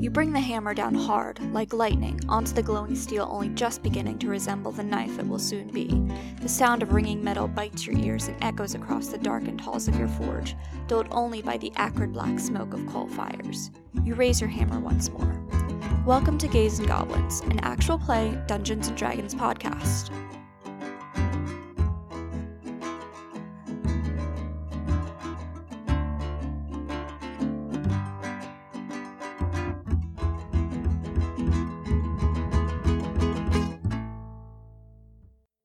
You bring the hammer down hard, like lightning, onto the glowing steel only just beginning to resemble the knife it will soon be. The sound of ringing metal bites your ears and echoes across the darkened halls of your forge, dulled only by the acrid black smoke of coal fires. You raise your hammer once more. Welcome to Gays and Goblins, an actual play Dungeons and Dragons podcast.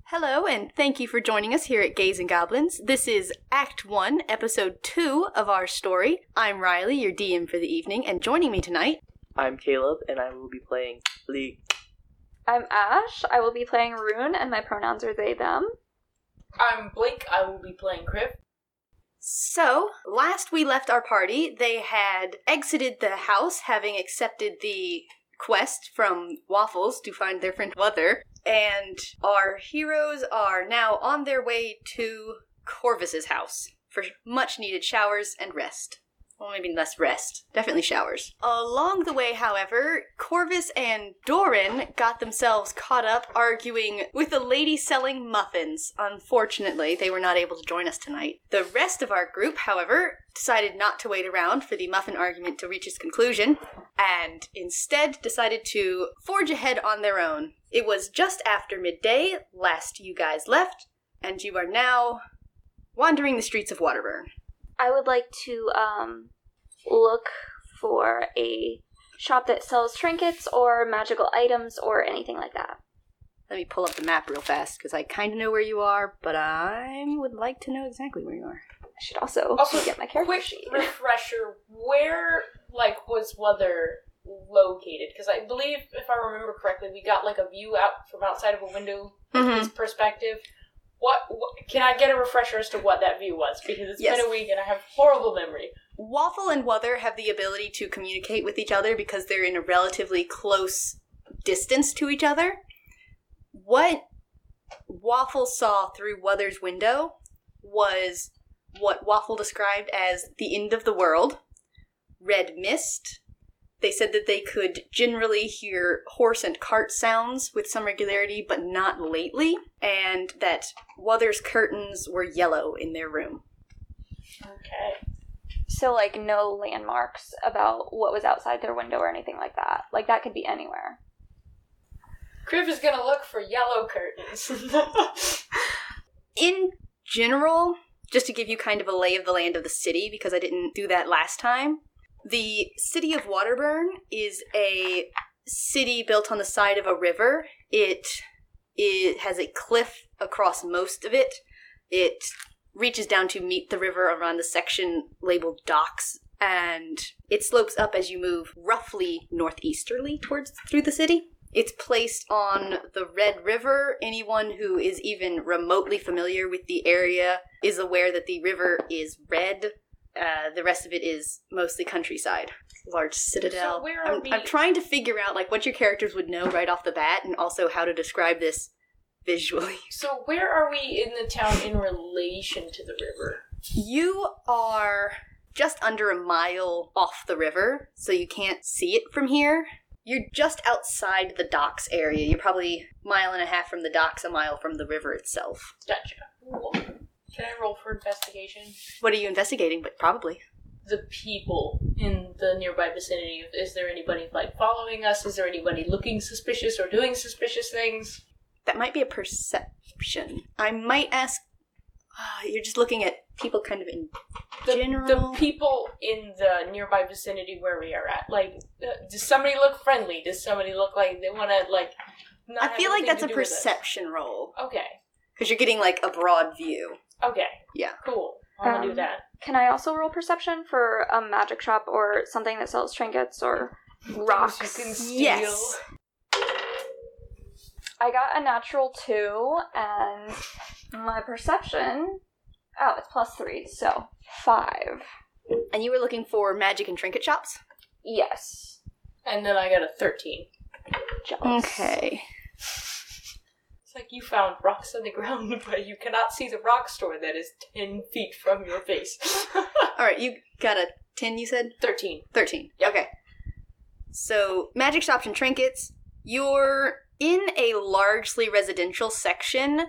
Hello, and thank you for joining us here at Gays and Goblins. This is Act 1, Episode 2 of our story. I'm Riley, your DM for the evening, and joining me tonight, I'm Caleb, and I will be playing Lee. I'm Ash. I will be playing Rune, and my pronouns are they, them. I'm Blink. I will be playing Crip. So, last we left our party, they had exited the house, having accepted the quest from Waffles to find their friend Weather, and our heroes are now on their way to Corvus's house for much needed showers and rest. Well, maybe less rest. Definitely showers. Along the way, however, Corvus and Doran got themselves caught up arguing with a lady selling muffins. Unfortunately, they were not able to join us tonight. The rest of our group, however, decided not to wait around for the muffin argument to reach its conclusion and instead decided to forge ahead on their own. It was just after midday, last you guys left, and you are now wandering the streets of Waterburn. I would like to um, look for a shop that sells trinkets or magical items or anything like that. Let me pull up the map real fast because I kind of know where you are, but I would like to know exactly where you are. I should also, Also, get my character Quick sheet. refresher: Where like was Weather located? Because I believe, if I remember correctly, we got like a view out from outside of a window Mm-hmm. Mhm. his perspective. What, what can I get a refresher as to what that view was? Because it's Yes. been a week and I have horrible memory. Waffle and Wuther have the ability to communicate with each other because they're in a relatively close distance to each other. What Waffle saw through Wuther's window was what Waffle described as the end of the world, red mist. They said that they could generally hear horse and cart sounds with some regularity, but not lately, and that Wuther's curtains were yellow in their room. Okay. So, like, no landmarks about what was outside their window or anything like that. Like, that could be anywhere. Crib is gonna look for yellow curtains. in general, just to give you kind of a lay of the land of the city, because I didn't do that last time, the city of Waterburn is a city built on the side of a river. It, it has a cliff across most of it. It reaches down to meet the river around the section labeled docks, and it slopes up as you move roughly northeasterly towards through the city. It's placed on the Red River. Anyone who is even remotely familiar with the area is aware that the river is red. Uh, the rest of it is mostly countryside, large citadel. where are I'm, we- I'm trying to figure out like what your characters would know right off the bat, and also how to describe this visually. so where are we in the town in relation to the river? You are just under a mile off the river, so you can't see it from here. You're just outside the docks area. You're probably a mile and a half from the docks, a mile from the river itself. Gotcha. Cool. Can I roll for investigation? What are you investigating? But probably. the people in the nearby vicinity. Is there anybody like following us? Is there anybody looking suspicious or doing suspicious things? That might be a perception. I might ask. Ah, you're just looking at people kind of in. The, General- the people in the nearby vicinity where we are at. Like, uh, does somebody look friendly? Does somebody look like they want to like? Not I have feel like anything that's to a do with us? perception roll. Okay. Because you're getting like a broad view. Okay. Yeah. Cool. I'll do Um, that. Can I also roll perception for a magic shop or something that sells trinkets or Things you can rocks? steal. Yes. I got a natural two, and my perception. Oh, it's plus three, so five. And you were looking for magic and trinket shops? Yes. And then I got a thirteen. Jealous. It's like you found rocks on the ground, but you cannot see the rock store that is ten feet from your face. All right, you got a 10, you said? thirteen. 13. Okay. So, magic shops and trinkets. You're in a largely residential section,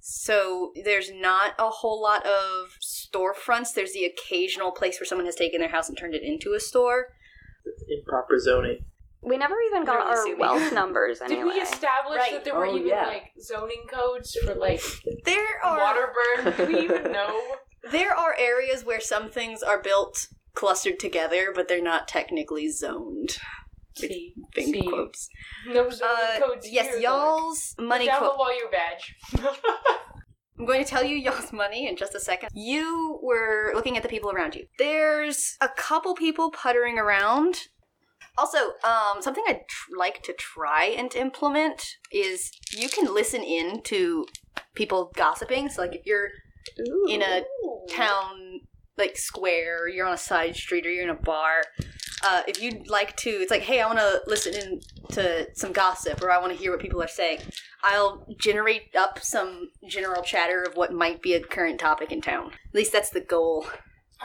so there's not a whole lot of storefronts. There's the occasional place where someone has taken their house and turned it into a store. Improper zoning. We never even got Literally our assuming. wealth numbers Did anyway. we establish Right. that there were Oh, even yeah. like zoning codes for like There are water burn? Did we even know? there are areas where some things are built clustered together, but they're not technically zoned. See, Thing see, quotes. no zoning Uh, codes. yes, here, though. y'all's money Down quote. below your badge. I'm going to tell you y'all's money in just a second. You were looking at the people around you. There's a couple people puttering around. Also, um, something I'd tr- like to try and implement is you can listen in to people gossiping. So, like, if you're Ooh. in a Mm-hmm. town, like, square, or you're on a side street, or you're in a bar, uh, if you'd like to, it's like, hey, I want to listen in to some gossip, or I want to hear what people are saying. I'll generate up some general chatter of what might be a current topic in town. At least that's the goal.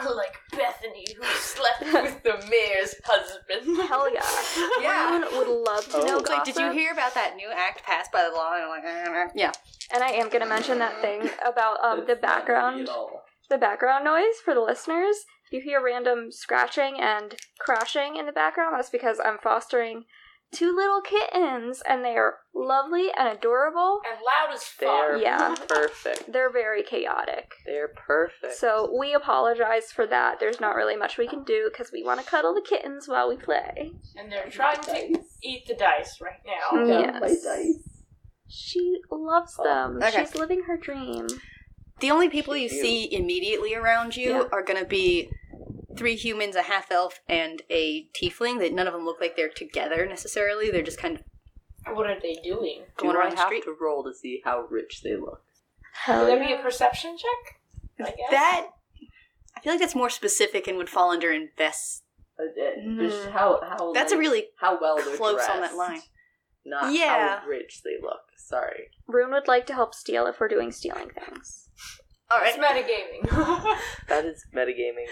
like Bethany, who slept with the mayor's husband. Hell yeah. Everyone would love to Oh. know It's like, gossip. did you hear about that new act passed by the law? And I'm like, "Uh, uh, uh." yeah. And I am gonna mention that thing about um, the That's not me background, at all. the background noise for the listeners. If you hear random scratching and crashing in the background, that's because I'm fostering two little kittens, and they are lovely and adorable. And loud as They're fuck. Yeah. perfect. They're very chaotic. They're perfect. So we apologize for that. There's not really much we can do because we want to cuddle the kittens while we play. And they're trying to eat the dice right now. Yes. She loves them. Okay. She's living her dream. The only people you Ew. see immediately around you Yeah. are going to be three humans, a half elf, and a tiefling. That none of them look like they're together necessarily. They're just kind of What are they doing? going Do around I the have street. to roll to see how rich they look? Would Hell that be a perception check? I guess. That I feel like that's more specific and would fall under invest. Uh, uh, Hmm. Just how how That's a like, really how well they're close on that dressed, line. Not Yeah. how rich they look. Sorry. Rune would like to help steal if we're doing stealing things. all It's right. metagaming. That is metagaming.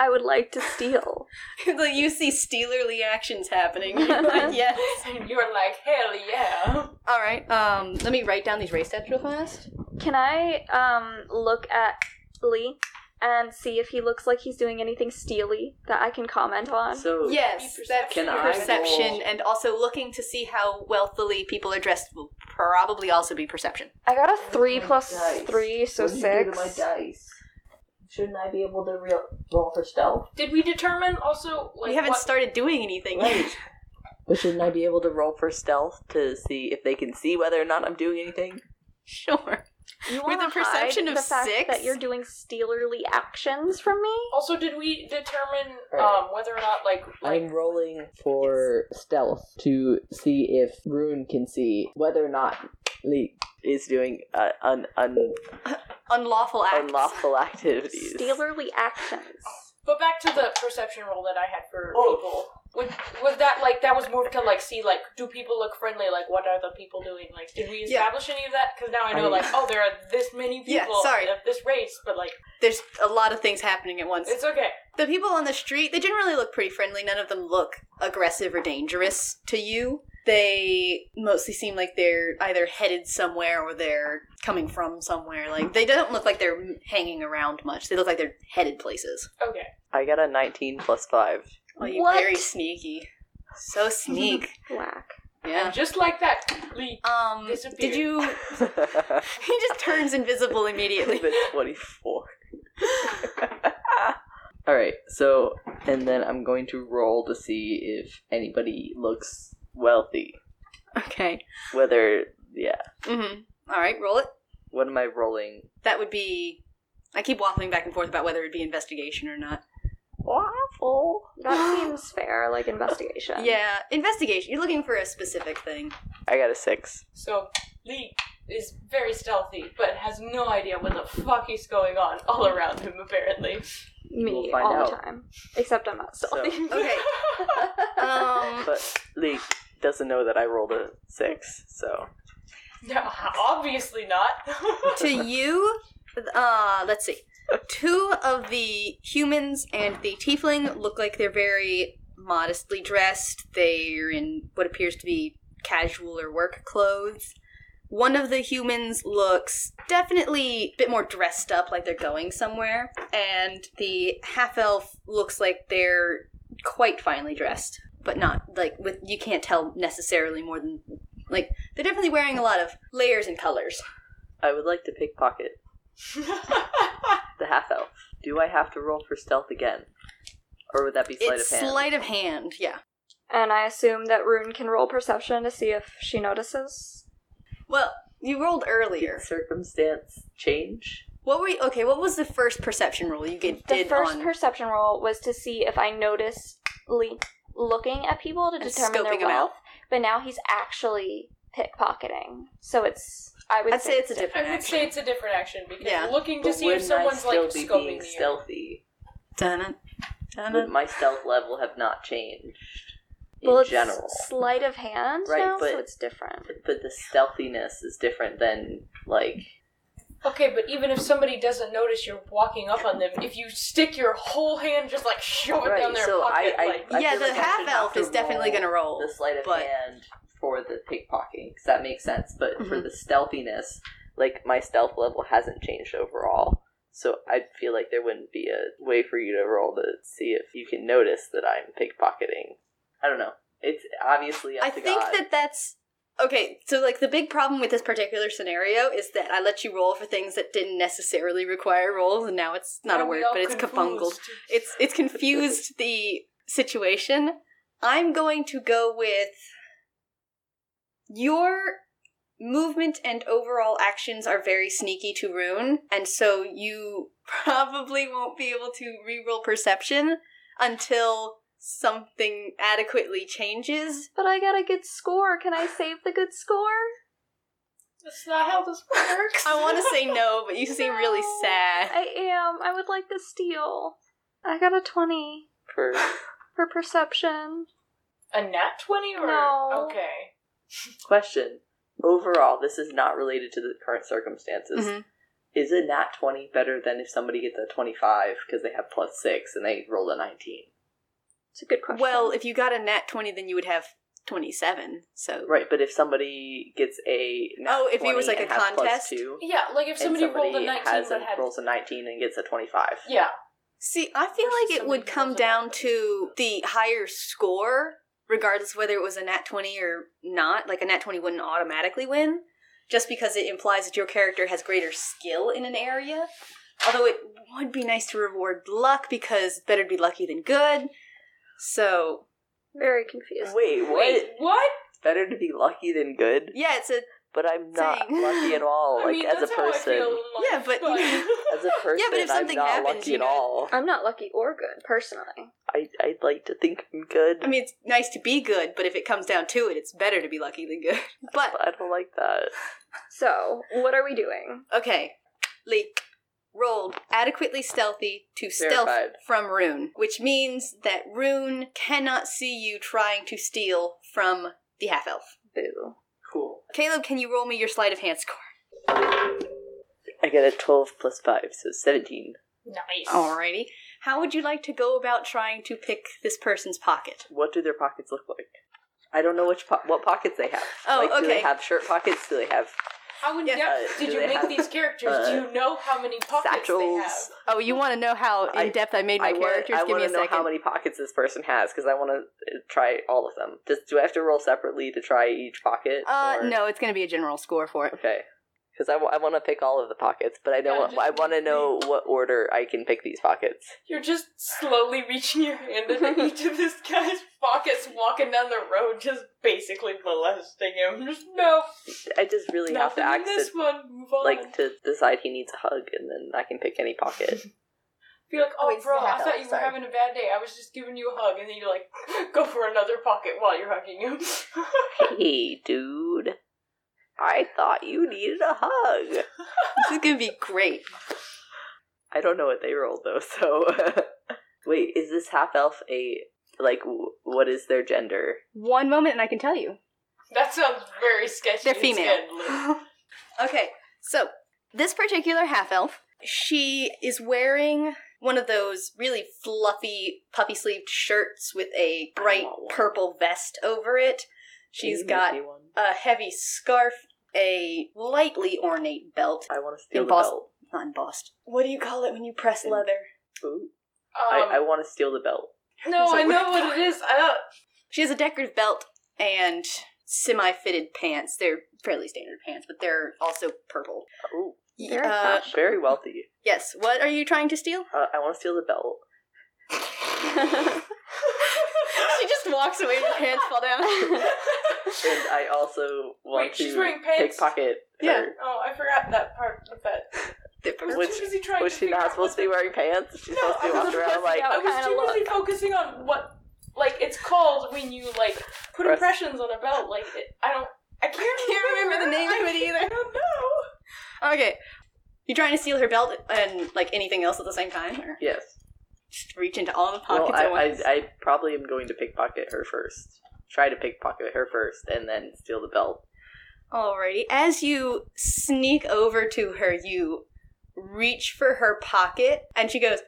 I would like to steal. like you see stealerly actions happening. You're like, yes. and you're like, hell yeah. All right. Um, let me write down these race stats real fast. Can I um look at Lee and see if he looks like he's doing anything steely that I can comment Um, on? So Yes, that's Can I perception, roll- and also looking to see how wealthily people are dressed will probably also be perception. I got a three Oh my plus dice? three, so What do you do to my six. dice? Shouldn't I be able to real roll for stealth? Did we determine also like we haven't what started doing anything yet. But shouldn't I be able to roll for stealth to see if they can see whether or not I'm doing anything? sure. You With wanna a perception hide of the fact six? that you're doing stealerly actions from me. also did we determine Right. um whether or not like like I'm rolling for stealth to see if Rune can see whether or not Lee. Is doing uh, un, un, Unlawful acts. unlawful activities. Stealerly actions. but back to the perception roll that I had for Oh. people. Would was that like that was more to like see like do people look friendly? Like what are the people doing? Like did we Yeah. establish any of that? Because now I know I- like oh there are this many people Yeah, sorry. of this race, but like There's a lot of things happening at once. it's okay. The people on the street, they generally look pretty friendly. None of them look aggressive or dangerous to you. They mostly seem like they're either headed somewhere or they're coming from somewhere. Like they don't look like they're hanging around much. They look like they're headed places. Okay. I got a 19 plus 5. Oh, you What? very sneaky. So sneak. Whack. yeah. And just like that, Lee. Um did Disappeared. you He just turns invisible immediately. It's 24. Alright, so, and then I'm going to roll to see if anybody looks wealthy. Okay. Whether, yeah. Mhm. All right, roll it. What am I rolling? That would be I keep waffling back and forth about whether it'd be investigation or not. Waffle? That seems fair, like investigation. Yeah, investigation. You're looking for a specific thing. I got a 6. So Lee is very stealthy, but has no idea what the fuck is going on all around him. Apparently. Me We'll find all the out. time. Except I'm not stealthy. Okay. Um, But Leek doesn't know that I rolled a 6, so. No, obviously not. to you, uh, let's see. Two of the humans and the tiefling look like they're very modestly dressed. They're in what appears to be casual or work clothes. One of the humans looks definitely a bit more dressed up, like they're going somewhere, and the half elf looks like they're quite finely dressed, but not like with you can't tell necessarily more than like they're definitely wearing a lot of layers and colors. I would like to pickpocket the half elf. Do I have to roll for stealth again? Or would that be sleight it's of hand? sleight of hand, yeah. And I assume that Rune can roll perception to see if she notices. Well, you rolled earlier. Did circumstance change? What were you, okay? What was the first perception roll you get, The did first on? perception roll was to see if I noticed Lee looking at people to And determine scoping their 'em out. wealth, but now he's actually pickpocketing. So it's I would I'd say it's a I different would action. say it's a different action because Yeah. looking to But see if wouldn't I someone's like still be scoping me. being or- stealthy? Dun-dun, Would dun-dun. my stealth level have not changed in well, it's general? sleight of hand Right, now, but- so it's different. But the stealthiness is different than like Okay, but even if somebody doesn't notice you're walking up on them, if you stick your whole hand just like shove it down right. their So I, pocket, I, like I yeah, feel the like I should half elf have is definitely roll gonna roll. the sleight of but- hand for the pickpocketing because that makes sense. But for Mhm. the stealthiness, like my stealth level hasn't changed overall, so I feel like there wouldn't be a way for you to roll to see if you can notice that I'm pickpocketing. I don't know. It's obviously up I to think God. that that's okay. So, like, the big problem with this particular scenario is that I let you roll for things that didn't necessarily require rolls, and now it's not a Are we word, all but it's kafungled. confused? It's it's confused the situation. I'm going to go with your movement and overall actions are very sneaky to Rune, and so you probably won't be able to reroll perception until something adequately changes. But I got a good score. Can I save the good score? That's not how this works. I want to say no, but you seem really No. sad. I am. I would like to steal. I got a 20 for for perception. a nat twenty or No. okay. question. Overall, this is not related to the current circumstances. Mhm. Is a nat 20 better than if somebody gets a 25 because they have plus 6 and they rolled a 19? It's a good question. Well, if you got a nat 20, then you would have 27, so. Right, but if somebody gets a nat Oh, if it was 20 like and a has plus contest? two, Yeah, like if and somebody, rolled a nineteen has but a- had rolls a 19 and gets a 25. yeah, See, I feel Versus like it somebody would who come doesn't down have them. to the higher score, regardless of whether it was a nat 20 or not. Like, a nat 20 wouldn't automatically win, just because it implies that your character has greater skill in an area. Although it would be nice to reward luck, because better to be lucky than good. So, very confused. Wait, what? Wait, what? Better to be lucky than good? yeah, it's a. But I'm not Saying. lucky at all, I like, mean, as that's a how I person. feel in life, Yeah, but, you know- As a person, if something I'm not happens, lucky you at know- all. I'm not lucky or good, personally. I, I'd like to think I'm good, I mean, it's nice to be good, but if it comes down to it, it's better to be lucky than good. But, but I don't like that. So, what are we doing? okay. Lee rolled adequately stealthy to stealth Verified. from Rune, which means that Rune cannot see you trying to steal from the half elf. Boo. Cool. Caleb, can you roll me your sleight of hand score? I got a 12 plus 5, so 17. Nice. Oh. Alrighty. How would you like to go about trying to pick this person's pocket? What do their pockets look like? I don't know which po- what pockets they have. Oh, like, Do they okay. have shirt pockets? Do they have How in Yeah. depth Uh, did do you they make have, these characters? uh, do you know how many pockets they have? satchels? Oh, you want to know how I- in depth I made my I wanna- characters? I Give me a wanna know second. how many pockets this person has because I want to try all of them. Does do I have to roll separately to try each pocket? uh, or- no, it's going to be a general score for it. Okay. Because I, w- I want to pick all of the pockets, but I Yeah, don't. just want, I want to make me- know what order I can pick these pockets. You're just slowly reaching your hand into each of this guy's pockets, walking down the road, just basically molesting him. Just no, I just really have to nothing in this access, one. Move on. like, to decide he needs a hug, and then I can pick any pocket. Be like, Oh, oh, it's bro, not I thought you were sorry. having a bad day. I was just giving you a hug, and then you're like, go for another pocket while you're hugging him. hey, dude. I thought you needed a hug. This is going to be great. I don't know what they rolled though. So, wait, is this half elf a like? w- What is their gender? One moment and I can tell you. that sounds very sketchy. They're and female. scandalous. Okay, so this particular half elf, she is wearing one of those really fluffy puppy sleeved shirts with a I bright want one. purple vest over it. She's Can you got make me one? a heavy scarf, a lightly ornate belt, I want to steal the embossed- belt. not embossed. What do you call it when you press Em- leather? Ooh. Um, I, I want to steal the belt. no, So I know what- what it is. I don't. She has a decorative belt and semi fitted pants. They're fairly standard pants, but they're also purple. Ooh, Very Uh, fashion. very wealthy. yes. What are you trying to steal? Uh, I want to steal the belt. she just walks away and her pants fall down. And I also want Wait, to she's wearing pants? pickpocket Yeah. her. Oh, I forgot that part of that. They're I was purple. Which- too busy trying Was to she figure not out supposed to what be the- wearing pants? No, She's supposed to I be was walking around like, I was kinda too busy look. focusing on what, like, it's called when you like put Press- impressions on a belt. Like, it, I don't, I can't, Can't remember the name of it either. I don't know. Okay. You trying to steal her belt and like anything else at the same time, or yes. just reach into all the Well, pockets I, at I, once? I probably am going to pickpocket her first. Try to pickpocket her first and then steal the belt. Alrighty. As you sneak over to her, you reach for her pocket, and she goes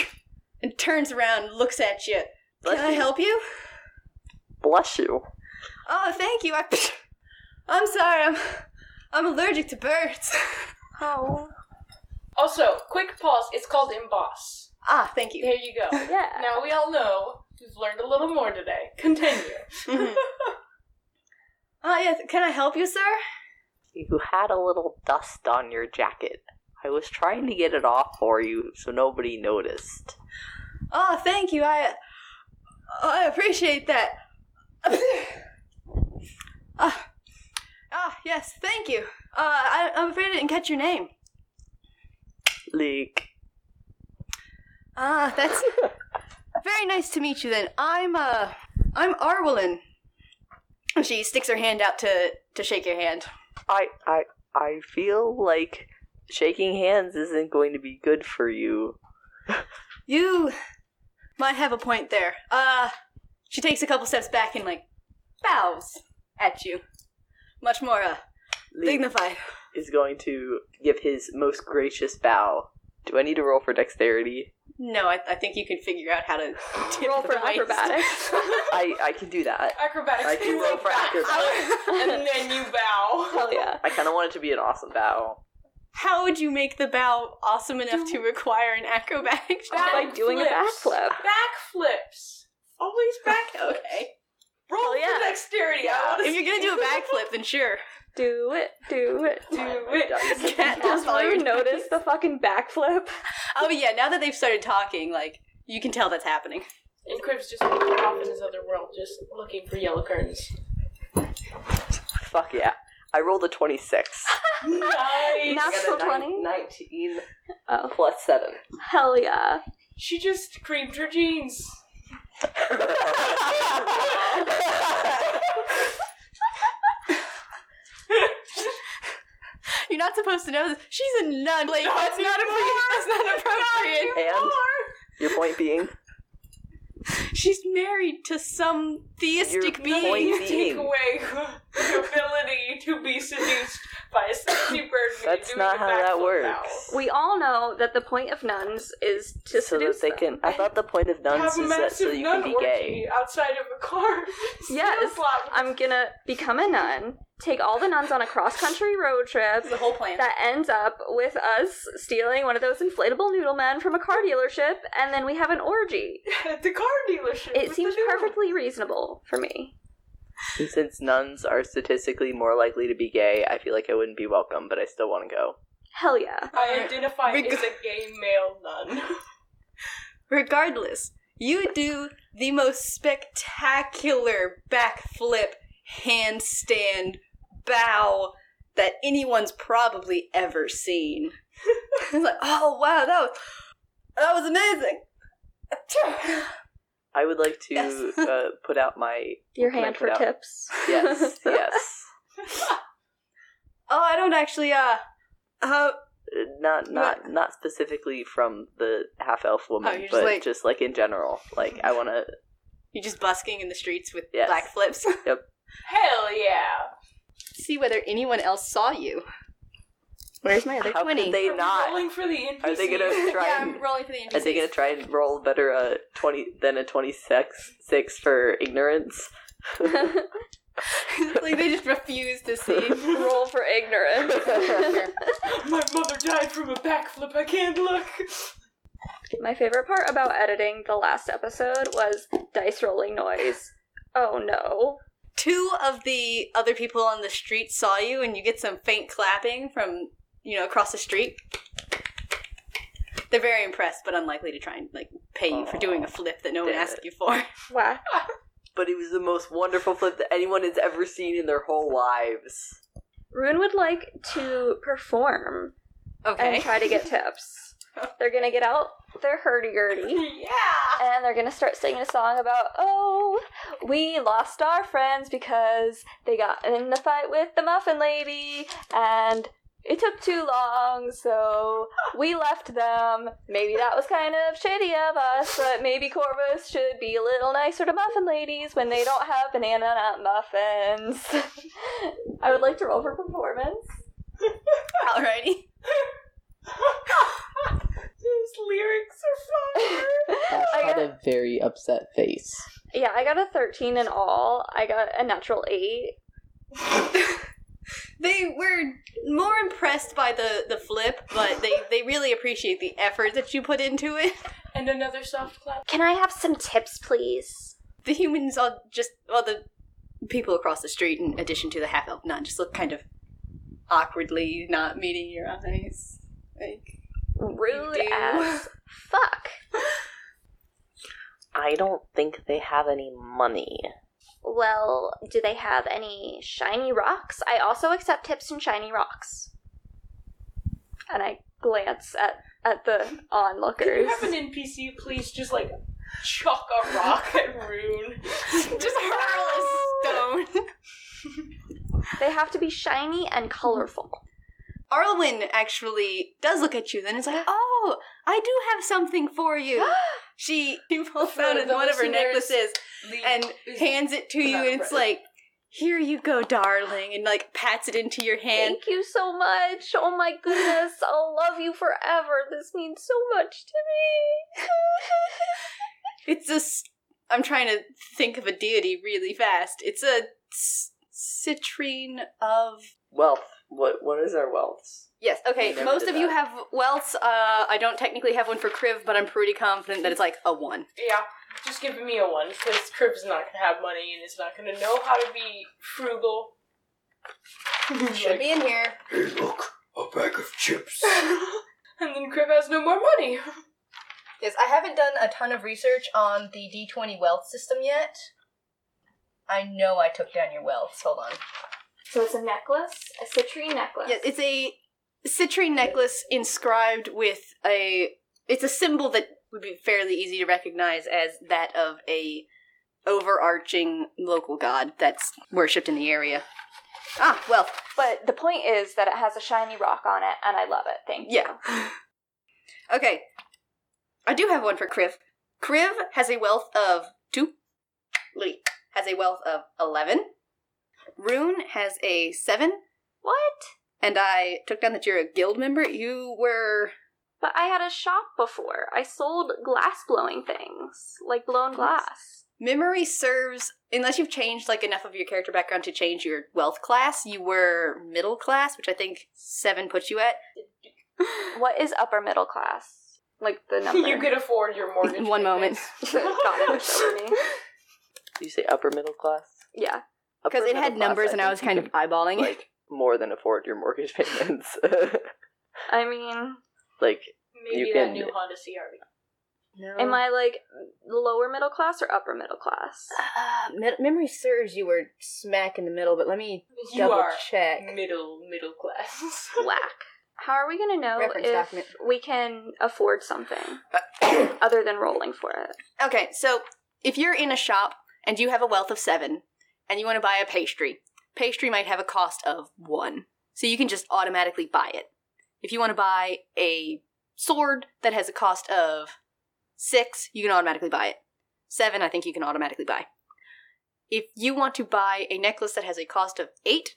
and turns around, looks at you. Bless Can I you. help you? Bless you. Oh, thank you. I, I'm sorry. I'm I'm allergic to birds. Oh. Also, quick pause. It's called emboss. ah, thank you. There you go. Yeah. Now we all know. We've learned a little more today. Continue. Mhm. oh yes. Can I help you, sir? You had a little dust on your jacket. I was trying to get it off for you so nobody noticed. Oh, thank you. I oh, I appreciate that. Ah, ah, yes. Thank you. Uh, I, I'm afraid I didn't catch your name. Like, Ah, that's very nice to meet you. Then I'm uh I'm Arwelin. And She sticks her hand out to to shake your hand. I, I, I feel like shaking hands isn't going to be good for you. You might have a point there. Uh, she takes a couple steps back and like bows at you, much more uh, Leek dignified. is going to give his most gracious bow. Do I need to roll for dexterity? No, I, I think you can figure out how to tip Roll the for waist. acrobatics. I, I can do that. Acrobatics. I can roll for acrobatics. and then you bow. Hell yeah. I kind of want it to be an awesome bow. How would you make the bow awesome enough to require an acrobatic check? Back By doing a flips. backflip. Backflips. Always back. okay. Roll Hell yeah. for dexterity. Yeah. I wanna If you're gonna do a backflip, then sure. Do it. Do it. Do it. Cat, Does that's all you're Rue notice the fucking backflip? Oh but yeah, now that they've started talking, like you can tell that's happening. And Cribs just off in his other world, just looking for yellow curtains. Fuck yeah. I rolled a 26. nice. Not- Natural 20? 19 Oh. uh, plus 7. Hell yeah. she just creamed her jeans. You're not supposed to know this. She's a nun. Like that's not appropriate. That's not appropriate. and your point being, She's married to some theistic Your being. point- You Being. take away the ability to be seduced by a sexy bird. when That's you're doing not a how that backflip works. bow. We all know that the point of nuns is to so that seduce they them. can. I thought the point of nuns Have a is that so massive you nun can be orgy gay. outside of a car. Still Yes, slap. I'm gonna become a nun, take all the nuns on a cross country road trip the whole plan. that ends up with us stealing one of those inflatable noodle men from a car dealership, and then we have an orgy. at the car dealership. with It the seems noodle. perfectly reasonable for me. And since nuns are statistically more likely to be gay, I feel like I wouldn't be welcome, but I still want to go. Hell yeah. I identify We go- as a gay male nun. Regardless, you do the most spectacular backflip, handstand, bow that anyone's probably ever seen. it's like, oh wow, that was that was amazing. I would like to Yes. uh, put out my Your Can I hand put for out- tips. yes, yes. Oh, I don't actually. Uh, uh, Uh, Not not not specifically from the half elf woman, Oh, you're just but just like- like... in general. Like I want to. you're just busking in the streets with Yes. black flips. Hell yeah. See whether anyone else saw you. Where's my other How twenty? could they Are we not? rolling for the NPC? Are they gonna try? yeah, and- I'm rolling for the NPCs. Are they gonna try and roll better a twenty than a twenty six six for ignorance? like they just refuse to see. Roll for ignorance. My mother died from a backflip. I can't look. My favorite part about editing the last episode was dice rolling noise. Oh no. Two of the other people on the street saw you, and you get some faint clapping from you know across the street. They're very impressed, but unlikely to try and like pay you for doing a flip that no one Damn asked you for. Wow. But it was the most wonderful flip that anyone has ever seen in their whole lives. Rune would like to perform Okay. and try to get tips. They're gonna get out their hurdy-gurdy. yeah. and they're gonna start singing a song about oh we lost our friends because they got in the fight with the muffin lady and it took too long so we left them maybe that was kind of shitty of us but maybe corvus should be a little nicer to muffin ladies when they don't have banana nut muffins i would like to roll for performance Alrighty. Those lyrics are fire. Ash Oh, I had got- a very upset face. yeah i got a 13 in all i got a natural 8 They were more impressed by the the flip, but they they really appreciate the effort that you put into it. And another soft clap. can i have some tips please The humans all just well the people across the street, in addition to the half elf nun, just look kind of awkwardly not meeting your eyes. Like rude You do. as fuck. I don't think they have any money. Well, do they have any shiny rocks? I also accept tips in shiny rocks. And I glance at at the Can you onlookers. have an NPC please just like chuck a rock at Rune? just hurl a stone. They have Mm-hmm. to be shiny and colorful. Arlwin actually does look at you, then is like, "Oh, I do have something for you." she she pulls out the one of her listeners- necklaces Leave- and is- hands it to you, and it's like, "Here you go, darling," and like pats it into your hand. Thank you so much. Oh my goodness. I'll love you forever. This means so much to me. It's a. s- I'm trying to think of a deity really fast. It's a c- citrine of. Wealth. What what is our wealth? Yes. We Okay. never Most did of you that. have welts. Uh, I don't technically have one for Kriv, but I'm pretty confident that it's like a one. yeah, just give me a one because Crib's not gonna have money and is not gonna know how to be frugal. Should be in here. Hey, look, a bag of chips. and then Crib has no more money. Yes, I haven't done a ton of research on the D20 wealth system yet. I know I took down your wealth. Hold on. So it's a necklace, a citrine necklace. Yeah, it's a citrine necklace inscribed with a. It's a symbol that would be fairly easy to recognize as that of a overarching local god that's worshipped in the area. Ah, well, but the point is that it has a shiny rock on it, and I love it. Thank you. yeah. Okay, I do have one for Kriv. Kriv has a wealth of two. Lee has a wealth of eleven. Rune has a seven, What? and I took down that you're a guild member. You were But I had a shop before. I sold glass blowing things, like blown glass. Memory serves unless you've changed like enough of your character background to change your wealth class. You were middle class, which I think seven puts you at. What is upper middle class? Like the number. you could afford your mortgage. One moment. Got it. it's over me. You say upper middle class? Yeah. Upper Because it middle had class, numbers, and I think was you kind of can, eyeballing it. like more than afford your mortgage payments. I mean, like Maybe You that can- new Honda CRV. am I like lower middle class or upper middle class? Uh, me- memory serves, you were smack in the middle, but let me You are middle middle class. Whack. How are we going to know Reference if document. we can afford something other than rolling for it? Okay, so if you're in a shop and you have a wealth of seven and you want to buy a pastry, pastry might have a cost of one. So you can just automatically buy it. If you want to buy a sword that has a cost of six, you can automatically buy it. Seven, I think you can automatically buy. If you want to buy a necklace that has a cost of eight,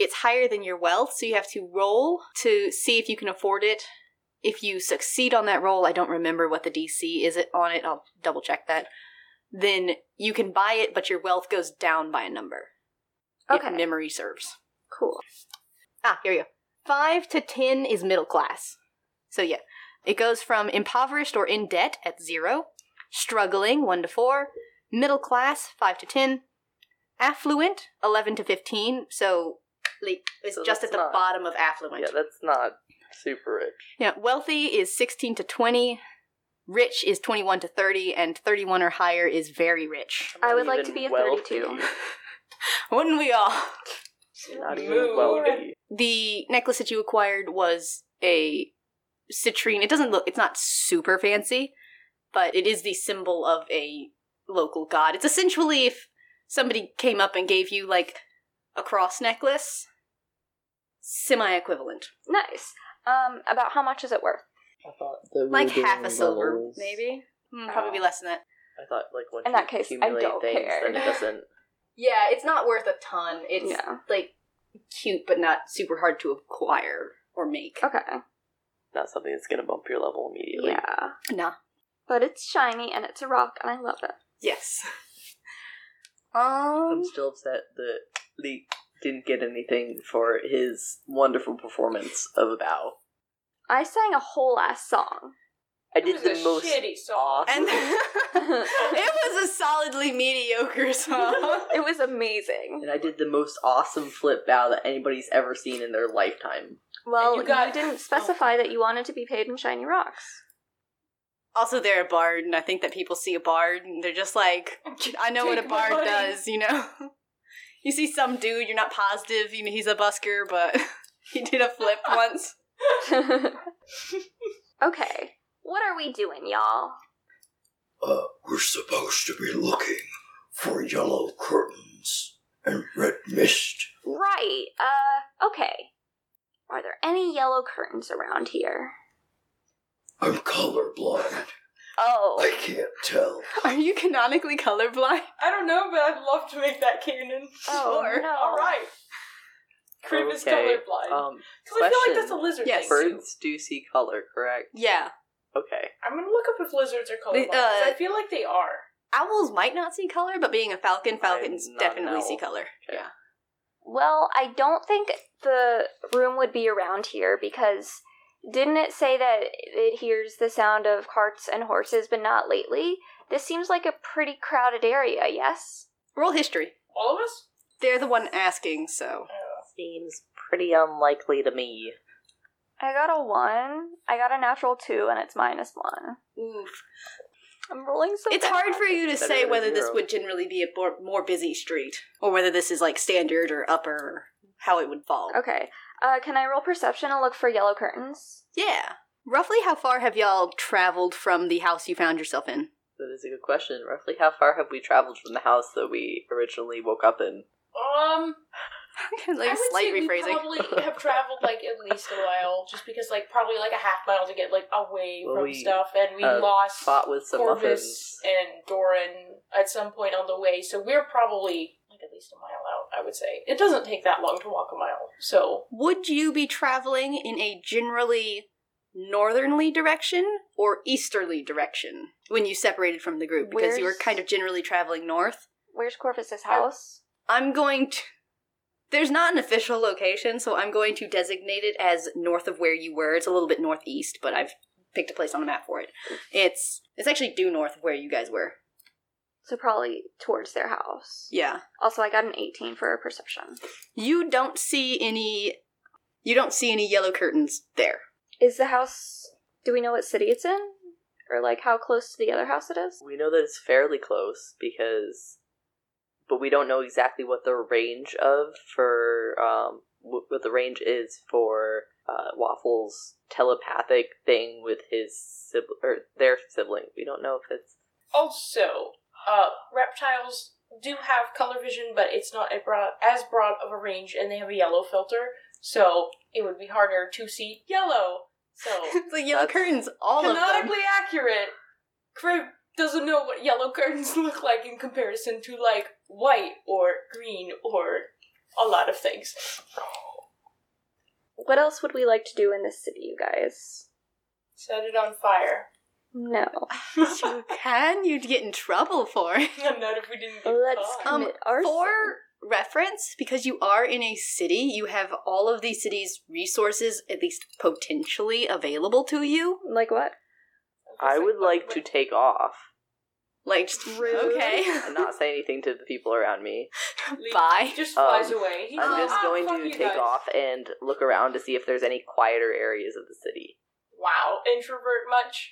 It's higher than your wealth, so you have to roll to see if you can afford it. If you succeed on that roll, I don't remember what the DC is it on it. I'll double check that. Then you can buy it, but your wealth goes down by a number. Okay. If memory serves. Cool. Ah, here you go. Five to ten is middle class. So yeah, it goes from impoverished or in debt at zero, struggling one to four, middle class five to ten, affluent eleven to fifteen. So like, it's So just at that's the not- bottom of affluent. Yeah, that's not super rich. Yeah, wealthy is 16 to 20, rich is 21 to 30, and 31 or higher is very rich. I would Not like to even be a wealthy. 32. Wouldn't we all? Not even Mood. wealthy. The necklace that you acquired was a citrine. It doesn't look, it's not super fancy, but it is the symbol of a local god. It's essentially if somebody came up and gave you, like, a cross necklace, semi equivalent. Nice. Um, about how much is it worth? I thought that we Like were doing half a silver, levels. maybe? Hmm, probably less than that. I thought like once In that you case, I accumulate don't things, care. then it doesn't. Yeah, it's not worth a ton. It's Yeah. like cute, but not super hard to acquire or make. Okay. Not something that's gonna bump your level immediately. Yeah. Nah. But it's shiny and it's a rock and I love it. Yes. I'm Um. still upset that Lee didn't get anything for his wonderful performance of a bow. I sang a whole ass song. I It did was the a most. shitty song. And it was a solidly mediocre song. It was amazing. And I did the most awesome flip bow that anybody's ever seen in their lifetime. Well, you you, got- Oh. didn't specify that you wanted to be paid in shiny rocks. also, they're a bard, and I think that people see a bard and they're just like, I know what a Take my bard money. does, you know? You see some dude, you're not positive, you know, he's a busker, but he did a flip once. okay. What are we doing, y'all? Uh, we're supposed to be looking for yellow curtains and red mist. Right. Uh, okay. Are there any yellow curtains around here? I'm colorblind. Oh. I can't tell. Are you canonically colorblind? I don't know, but I'd love to make that canon. Oh, Sure. no. All right. Crib is Okay, colorblind. Um, Because I feel like that's a question. lizard Yes. thing. too. Birds do see color, correct? Yeah. Okay. I'm gonna look up if lizards are The, colorblind. 'cause uh, I feel like they are. Owls might not see color, but being a falcon, falcons I'm not an definitely owl. see color. Okay. Yeah. Well, I don't think the room would be around here because didn't it say that it hears the sound of carts and horses, but not lately? This seems like a pretty crowded area, yes? Roll history. All of us? They're the one asking, so. Seems pretty unlikely to me. I got a one. I got a natural two, and it's minus one. I'm rolling so. It's bad. hard for you to Better say than whether this zero. would generally be a more, more busy street, or whether this is like standard or upper, or how it would fall. Okay. Uh, can I roll perception and look for yellow curtains? Yeah. Roughly how far have y'all traveled from the house you found yourself in? That is a good question. Roughly how far have we traveled from the house that we originally woke up in? Um, like I a would slight say we rephrasing. probably have traveled like at least a mile, just because like probably like a half mile to get like away Well, from we, stuff, and we uh, lost Fought with some Corvus muffins. and Doran at some point on the way, so we're probably like at least a mile out. I would say it doesn't take that long to walk a mile, so Would you be traveling in a generally northernly direction or easterly direction when you separated from the group? Because you were Where's- kind of generally traveling north. Where's Corvus's house? I'm going to. There's not an official location, so I'm going to designate it as north of where you were. It's a little bit northeast, but I've picked a place on the map for it. It's it's actually due north of where you guys were. So probably towards their house. Yeah. Also, I got an 18 for perception. You don't see any you don't see any yellow curtains there. Is the house? Do we know what city it's in, or like how close to the other house it is? We know that it's fairly close because, but we don't know exactly what the range of for um wh- what the range is for uh, Waffles' telepathic thing with his sibling or their sibling. We don't know if it's Also, uh, reptiles do have color vision, but it's not a broad, as broad of a range, and they have a yellow filter, so it would be harder to see yellow. So, the yellow That's- curtains all of them. canonically accurate, Crib doesn't know what yellow curtains look like in comparison to, like, white or green or a lot of things. What else would we like to do in this city, you guys? Set it on fire. No. you can. You'd get in trouble for it. Not if we didn't get Let's caught. Um, commit arson. For reference, because you are in a city, you have all of the city's resources, at least potentially, available to you. Like what? I would like to take off Like, just Rude. okay. and not say anything to the people around me. Leave- Bye. Just Um, flies away. He's I'm like, just "Ah, going fuck to you take guys." off and look around to see if there's any quieter areas of the city. Wow, introvert much?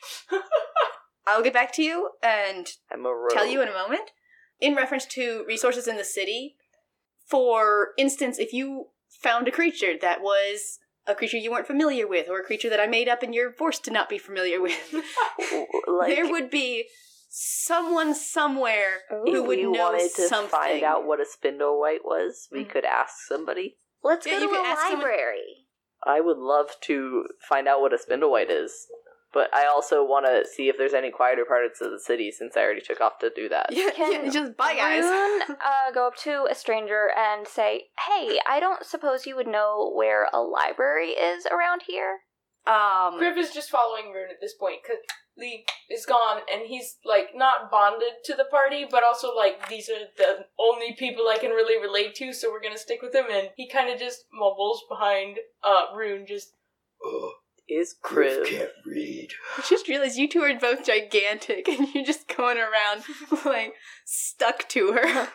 I'll get back to you and I'm a rogue. tell you in a moment. In reference to resources in the city, for instance, if you found a creature that was a creature you weren't familiar with, or a creature that I made up and you're forced to not be familiar with, Like, there would be someone somewhere who if would you know wanted to something. find out what a spindlewhite was, we Mm. could ask somebody. Let's Yeah, go you to could a ask someone- library. I would love to find out what a spindlewhite is, but I also want to see if there's any quieter parts of the city since I already took off to do that. Yeah, Can yeah, just bye, guys. Rune, uh, go up to a stranger and say, "Hey, I don't suppose you would know where a library is around here." Um, Griff is just following Rune at this point because Lee is gone and he's like not bonded to the party, but also like these are the only people I can really relate to, so we're gonna stick with him. And he kind of just mumbles behind uh Rune, just Uh, Is Griff Kriv can't read. I just realized you two are both gigantic, and you're just going around like stuck to her.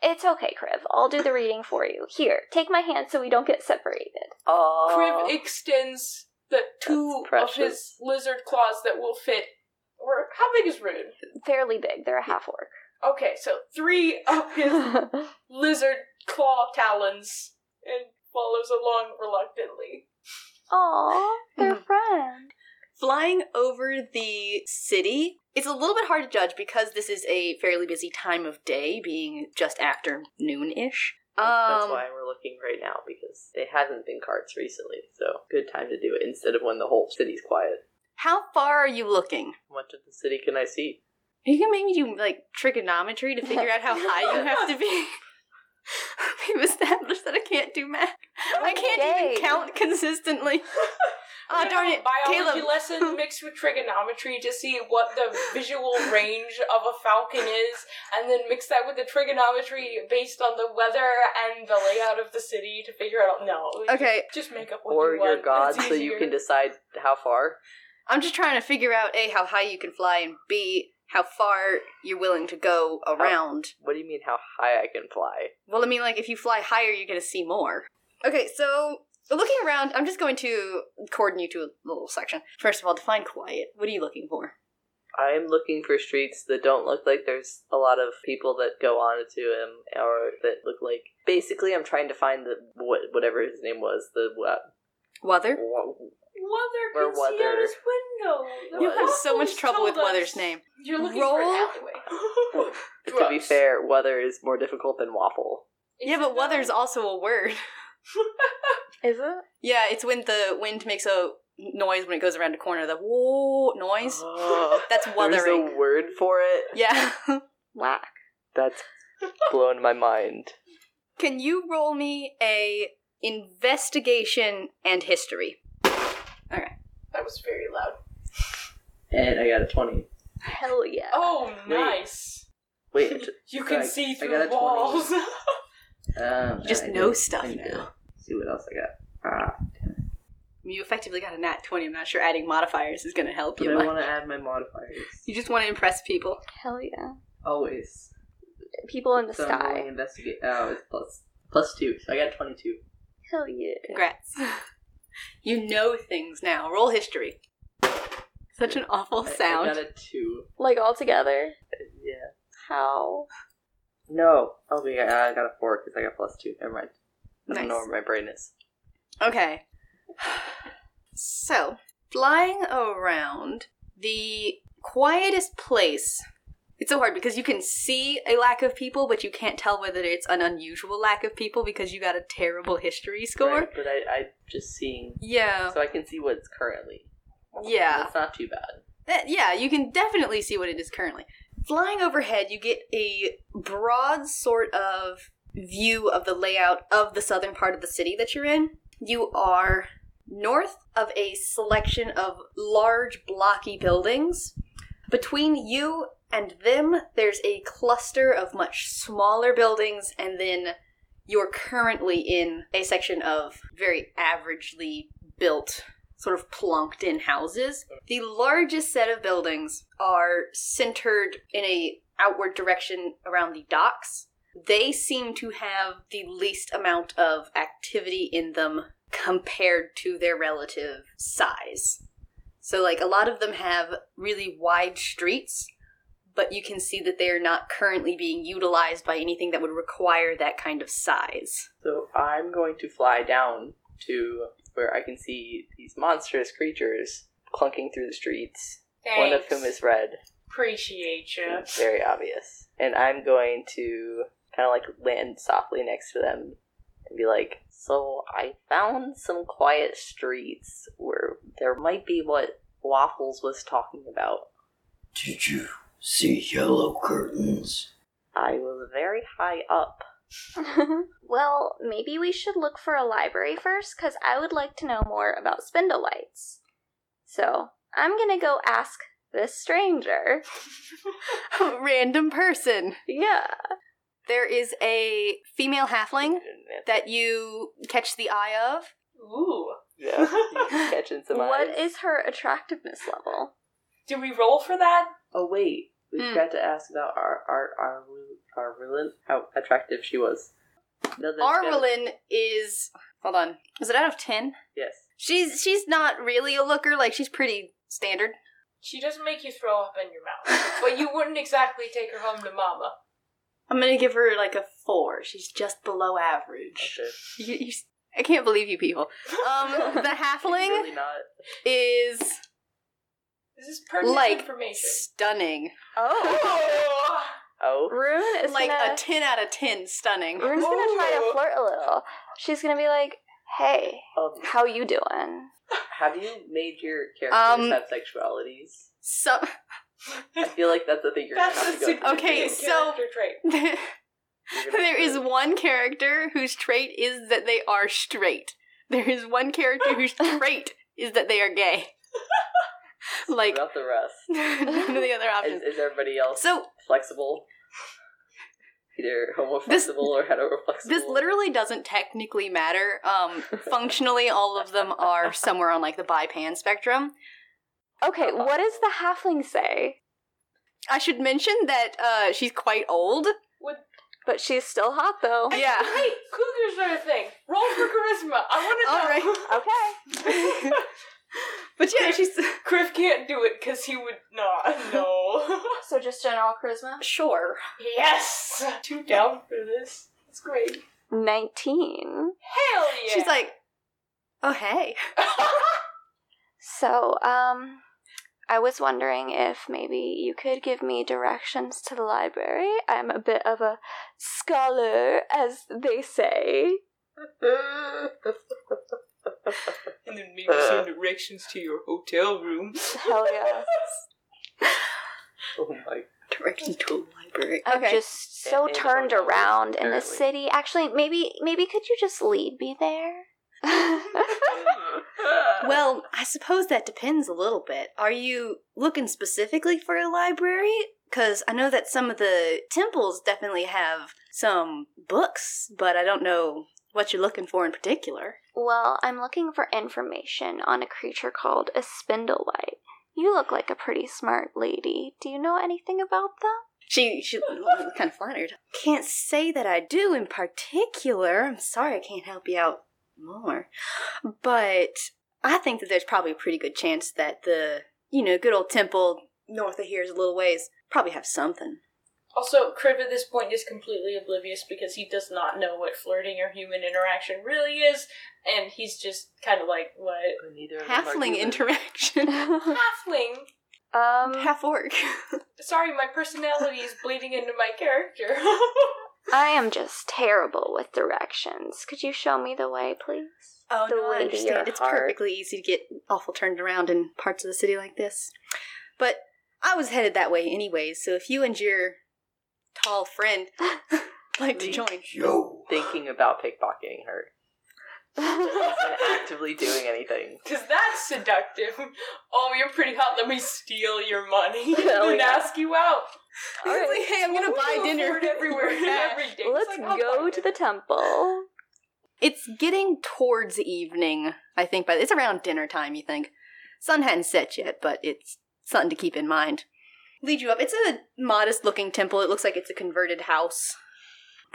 It's okay, Kriv. I'll do the reading for you. Here, take my hand so we don't get separated. Oh, Kriv extends the two of precious. his lizard claws that will fit. Or how big is Rune? Fairly big. They're a half orc. Okay, so three of his lizard claw talons and follows along reluctantly. Aww, they're friends. Flying over the city, it's a little bit hard to judge because this is a fairly busy time of day, being just after noon ish. Um, That's why we're looking right now because it hasn't been carts recently, so good time to do it instead of when the whole city's quiet. how far are you looking? How much of the city can I see? Are you gonna make me do like trigonometry to figure out how high you have to be? We've established that I can't do math. I can't Okay. even count consistently. Ah, We're gonna darn have it, a Biology Caleb. lesson mixed with trigonometry to see what the visual range of a falcon is, and then mix that with the trigonometry based on the weather and the layout of the city to figure out. No, we Okay, just make up what Or you your want. god, It's so you easier. can decide how far. I'm just trying to figure out a how high you can fly and b how far you're willing to go around. What do you mean, how high I can fly? Well, I mean, like, if you fly higher, you're gonna see more. Okay, so looking around, I'm just going to cordon you to a little section. First of all, define quiet. What are you looking for? I'm looking for streets that don't look like there's a lot of people that go on to him or that look like. Basically, I'm trying to find the what, whatever his name was. The uh, Weather? Weather Or can see out weather. his window. The You have so much waffles trouble with told us. Weather's name. You're looking for Roll. an alleyway. to be Gross. fair, weather is more difficult than waffle. Yeah, but weather's also a word. Is it? Yeah, it's when the wind makes a noise when it goes around a corner. The whoa noise. Oh, That's there's weathering. a word for it. Yeah. Whack. That's blown my mind. Can you roll me a investigation and history? That was very loud. And I got a twenty. Hell yeah. Oh, Wait. nice. Wait, You so can I- I see got a through 20. walls. um, just I know did- stuff I know. now. See what else I got. Ah, You effectively got a nat 20. I'm not sure adding modifiers is going to help but you. I much. want to add my modifiers. You just want to impress people. Hell yeah. Always. People in the So I'm rolling sky. investigate. Oh, it's plus plus two, so I got twenty two. Hell yeah. Congrats. you know things now. Roll history. Such an awful I, I sound. got a two. Like all together. Yeah. How? No. Okay, I I got a four because I got plus two. Never mind. I don't know Nice. where my brain is. Okay. So, flying around the quietest place. It's so hard because you can see a lack of people, but you can't tell whether it's an unusual lack of people because you got a terrible history score. Right, but I I just seeing Yeah. so I can see what's currently. Oh. Yeah. That's not too bad. That- Eh, yeah, you can definitely see what it is currently. Flying overhead, you get a broad sort of view of the layout of the southern part of the city that you're in. You are north of a selection of large blocky buildings. Between you and them, there's a cluster of much smaller buildings, and then you're currently in a section of very averagely built, sort of plunked in houses. The largest set of buildings are centered in a outward direction around the docks. They seem to have the least amount of activity in them compared to their relative size. So like a lot of them have really wide streets, but you can see that they are not currently being utilized by anything that would require that kind of size. So I'm going to fly down to where I can see these monstrous creatures clunking through the streets. One of whom is red. Appreciate you. It's very obvious. And I'm going to kind of like land softly next to them and be like, So I found some quiet streets where there might be what Waffles was talking about. Did you see yellow curtains? I was very high up. well, maybe we should look for a library first, because I would like to know more about spindle lights. So I'm gonna go ask this stranger. Random person. Yeah. There is a female halfling that you catch the eye of. Ooh. Yeah, he's catching some What eyes. is her attractiveness level? Do we roll for that? Oh wait, we Hmm. forgot to ask about our our our our Arulin, how attractive she was. No, that's gonna- Arwelin is hold on. Is it out of ten? Yes. She's she's not really a looker, like she's pretty standard. She doesn't make you throw up in your mouth, but you wouldn't exactly take her home to mama. I'm gonna give her like a four. She's just below average. Okay. You, you, I can't believe you people. Um, the halfling Really not. is This is pertinent Like, information. stunning. Oh, Oh. Oh. Rune is Like gonna, a ten out of ten, stunning. Rune's gonna try to Ooh. flirt a little. She's gonna be like, "Hey, Um, how you doing?" have you made your characters Um, have sexualities? So I feel like that's a thing you're gonna That's a have to go. significant through. Okay, okay, so- character trait. You're gonna There have is to- one character whose trait is that they are straight. There is one character whose trait is that they are gay. like About the rest. none of the other Is, options. is everybody else So flexible? Either homo This- flexible or hetero flexible. this literally doesn't technically matter. Um, functionally, all of them are somewhere on like the bipan spectrum. Okay, what does the halfling say? I should mention that uh, she's quite old. Would But she's still hot though. Yeah. hey, cougars are a thing. Roll for charisma. I want to know. Okay. but yeah, she's Griff can't do it because he would not. No. So just general charisma. sure. yes. Two down for this. It's great. Nineteen. Hell yeah. She's like, oh hey, So, um, I was wondering if maybe you could give me directions to the library. I'm a bit of a scholar, as they say. and then maybe some directions to your hotel room. Hell yeah. Oh my direction to a library. I'm Okay. just so Yeah, turned anybody around in the apparently. city. Actually, maybe maybe could you just lead me there? Well, I suppose that depends a little bit. Are you looking specifically for a library? Because I know that some of the temples definitely have some books, but I don't know what you're looking for in particular. well, I'm looking for information on a creature called a spindlewhite. You look like a pretty smart lady. Do you know anything about them? She she looked kind of flattered. Can't say that I do in particular. I'm sorry I can't help you out more. But I think that there's probably a pretty good chance that the, you know, good old temple north of here is a little ways probably have something. also, Crib at this point is completely oblivious because he does not know what flirting or human interaction really is, and he's just kind of like, what? Neither of them are Halfling human. interaction. Halfling? um, Half orc. Sorry, my personality is bleeding into my character. I am just terrible with directions. Could you show me the way, please? Oh the no, I way to your understand. It's heart. perfectly easy to get awful turned around in parts of the city like this. But I was headed that way anyways, so if you and your tall friend like to join. Yo. thinking about pickpocketing her. and actively doing anything. Because that's seductive. Oh, you're pretty hot. Let me steal your money Hell and yeah. ask you out. All It's right. like, hey, I'm gonna buy dinner everywhere. every day. Let's go to the temple. It's getting towards evening, I think, but it's around dinner time, you think. Sun hadn't set yet, but it's something to keep in mind. Lead you up. It's a modest looking temple. It looks like it's a converted house.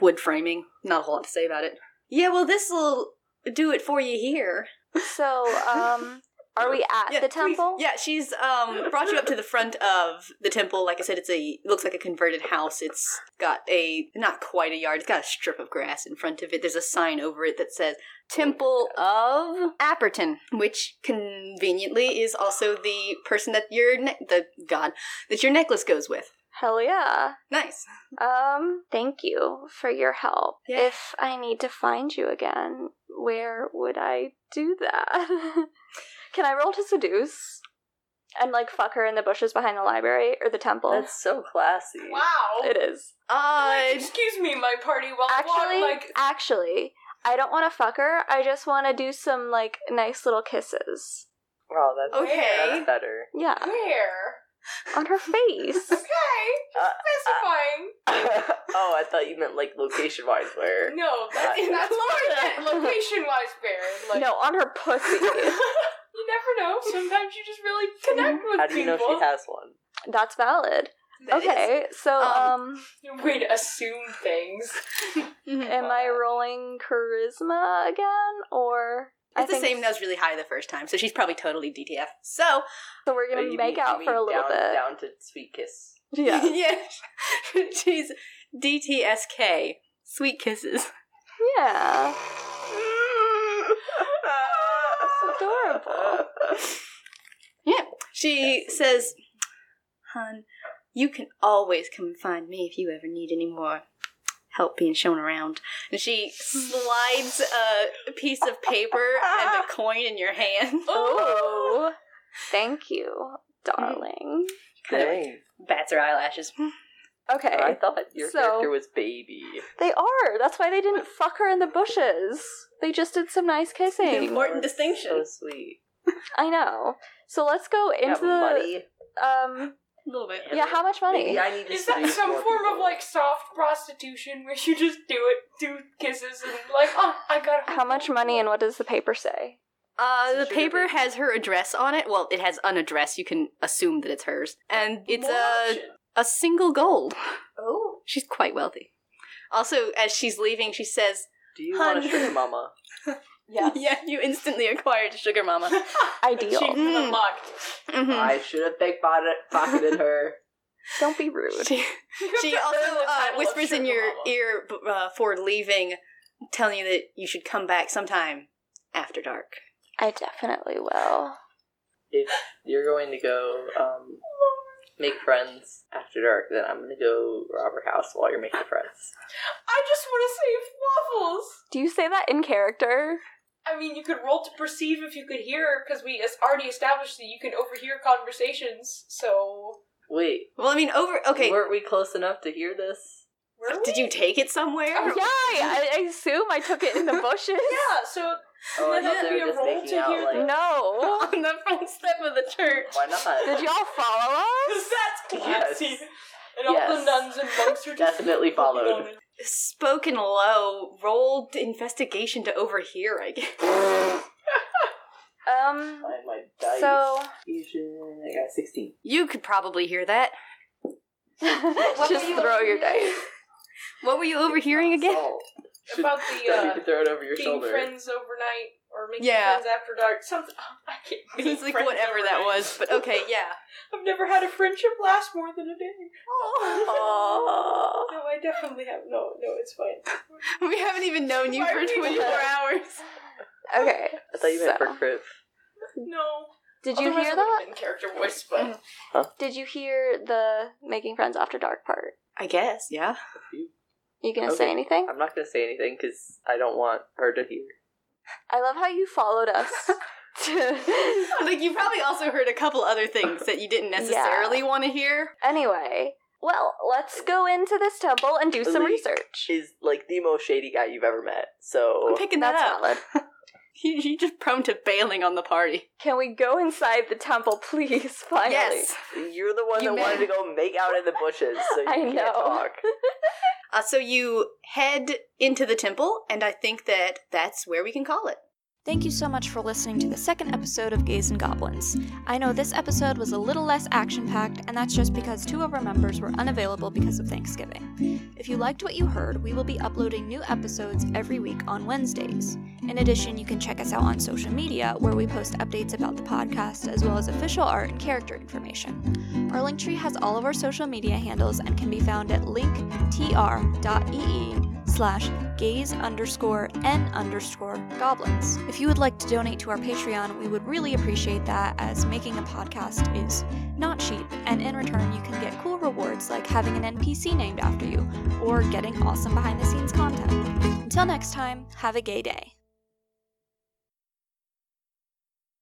Wood framing. Not a whole lot to say about it. Yeah, well, this'll do it for you here. So, um, are we at Yeah, the please. temple? Yeah, she's um brought you up to the front of the temple. Like I said, it's a it looks like a converted house. It's got a not quite a yard. It's got a strip of grass in front of it. There's a sign over it that says Temple of Apperton, which conveniently is also the person that your ne- the god that your necklace goes with. Hell yeah. Nice. Um, thank you for your help. Yeah. If I need to find you again, where would I do that? Can I roll to seduce? And like fuck her in the bushes behind the library or the temple? That's so classy. Wow. it is. Like, Uh, excuse me, my party. Well, Actually, like actually, I don't want to fuck her. I just want to do some like nice little kisses. Wow, that's, okay. that's better. Yeah, where? on her face. Okay, Uh, specifying. oh, I thought you meant like location wise where. no, that's that's more location wise where. Like, no, on her pussy. you never know. Sometimes you just really connect with How do you know people. if she has one? That's valid. That is- okay, so Um, um Way to assume things. Mhm. Am I rolling charisma again, or It's the same that was really high the first time, so she's probably totally DTF. So So we're Oh, gonna you make mean- you out for mean a little down, bit. Down to sweet kiss. Yeah, She's DTSK. Sweet kisses. yeah. That's adorable. She says, Hun, you can always come and find me if you ever need any more help being shown around. And she slides a piece of paper and a coin in your hand. Oh, thank you, darling. Kind of Dang. bats her eyelashes. Okay, I thought your so- character was baby. they are. That's why they didn't fuck her in the bushes. They just did some nice kissing. Important That's distinction. So sweet. I know. So let's go Have into the money. um. A little bit. Yeah, how much money? Maybe I need to Is that seduce some more form of people. like soft prostitution where you just do it, do kisses, and like, oh, I got How much money and what does the paper say? Uh, the Sugar paper baby. has her address on it. Well, it has an address. You can assume that it's hers. And it's uh, More a, options. a single gold. Oh, She's quite wealthy. Also, as she's leaving, she says, Do you want a Hun. sugar mama? Yeah, you instantly acquired Sugar Mama. She's Ideal. Mm. unlocked. Hmm. Mhm. I should have pickpocketed pocketed her. Don't be rude. She, You have she to also earn the uh, title of whispers in sugar your mama. ear b- uh, for leaving, telling you that you should come back sometime after dark. I definitely will. If you're going to go um, make friends after dark, then I'm going to go rob her house while you're making friends. I just want to save waffles. Do you say that in character? I mean, you could roll to perceive if you could hear, because we as- already established that you can overhear conversations. So, Wait, Well, I mean, over. Okay, weren't we close enough to hear this? were did we? you take it somewhere? Oh, Yeah, I, I assume I took it in the bushes. Yeah. So Oh, I Would that thought be they a were just roll making to out. hear Like, No. On the front step of the church. Why not? Did y'all follow us? Because that's classy. Yes. And all Yes. the nuns and monks are just Definitely followed. Spoken low, rolled investigation to overhear, I guess. Um. Find my dice. So Fusion. I got 16. You could probably hear that. just throw your dice. What were you overhearing again? Salt. Should- About the you uh, can throw it over your being shoulder. friends overnight or making Yeah. friends after dark. Something oh, I can't. be It's like friends whatever that overnight. was, but okay, yeah. I've never had a friendship last more than a day. Aw. No, I definitely have. No, no, it's fine. We haven't even known you Why for would you do 24 hours. Okay. I thought you meant so. for crib. No. Did you Otherwise, hear I would've that? been character voice, but Did you hear the making friends after dark part? I guess, yeah. You gonna Okay. say anything? I'm not going to say anything because I don't want her to hear. I love how you followed us. to- Like, you probably also heard a couple other things that you didn't necessarily want to hear. anyway, Well, let's go into this temple and do some Elite. research. She's like the most shady guy you've ever met. So I'm picking That's that up. valid. you, you're just prone to bailing on the party. Can we go inside the temple, please? Finally. Yes. you're the one You that may- wanted to go make out in the bushes. So you I can't know. talk. Uh, so you head into the temple, and I think that that's where we can call it. Thank you so much for listening to the second episode of Gays and Goblins. I know this episode was a little less action packed, and that's just because two of our members were unavailable because of Thanksgiving. If you liked what you heard, we will be uploading new episodes every week on Wednesdays. In addition, you can check us out on social media, where we post updates about the podcast as well as official art and character information. Our link tree has all of our social media handles and can be found at linktr.ee E slash gaze underscore n underscore goblins. If you would like to donate to our Patreon, we would really appreciate that as making a podcast is not cheap, and in return, you can get cool rewards like having an NPC named after you or getting awesome behind the scenes content. Until next time, have a gay day.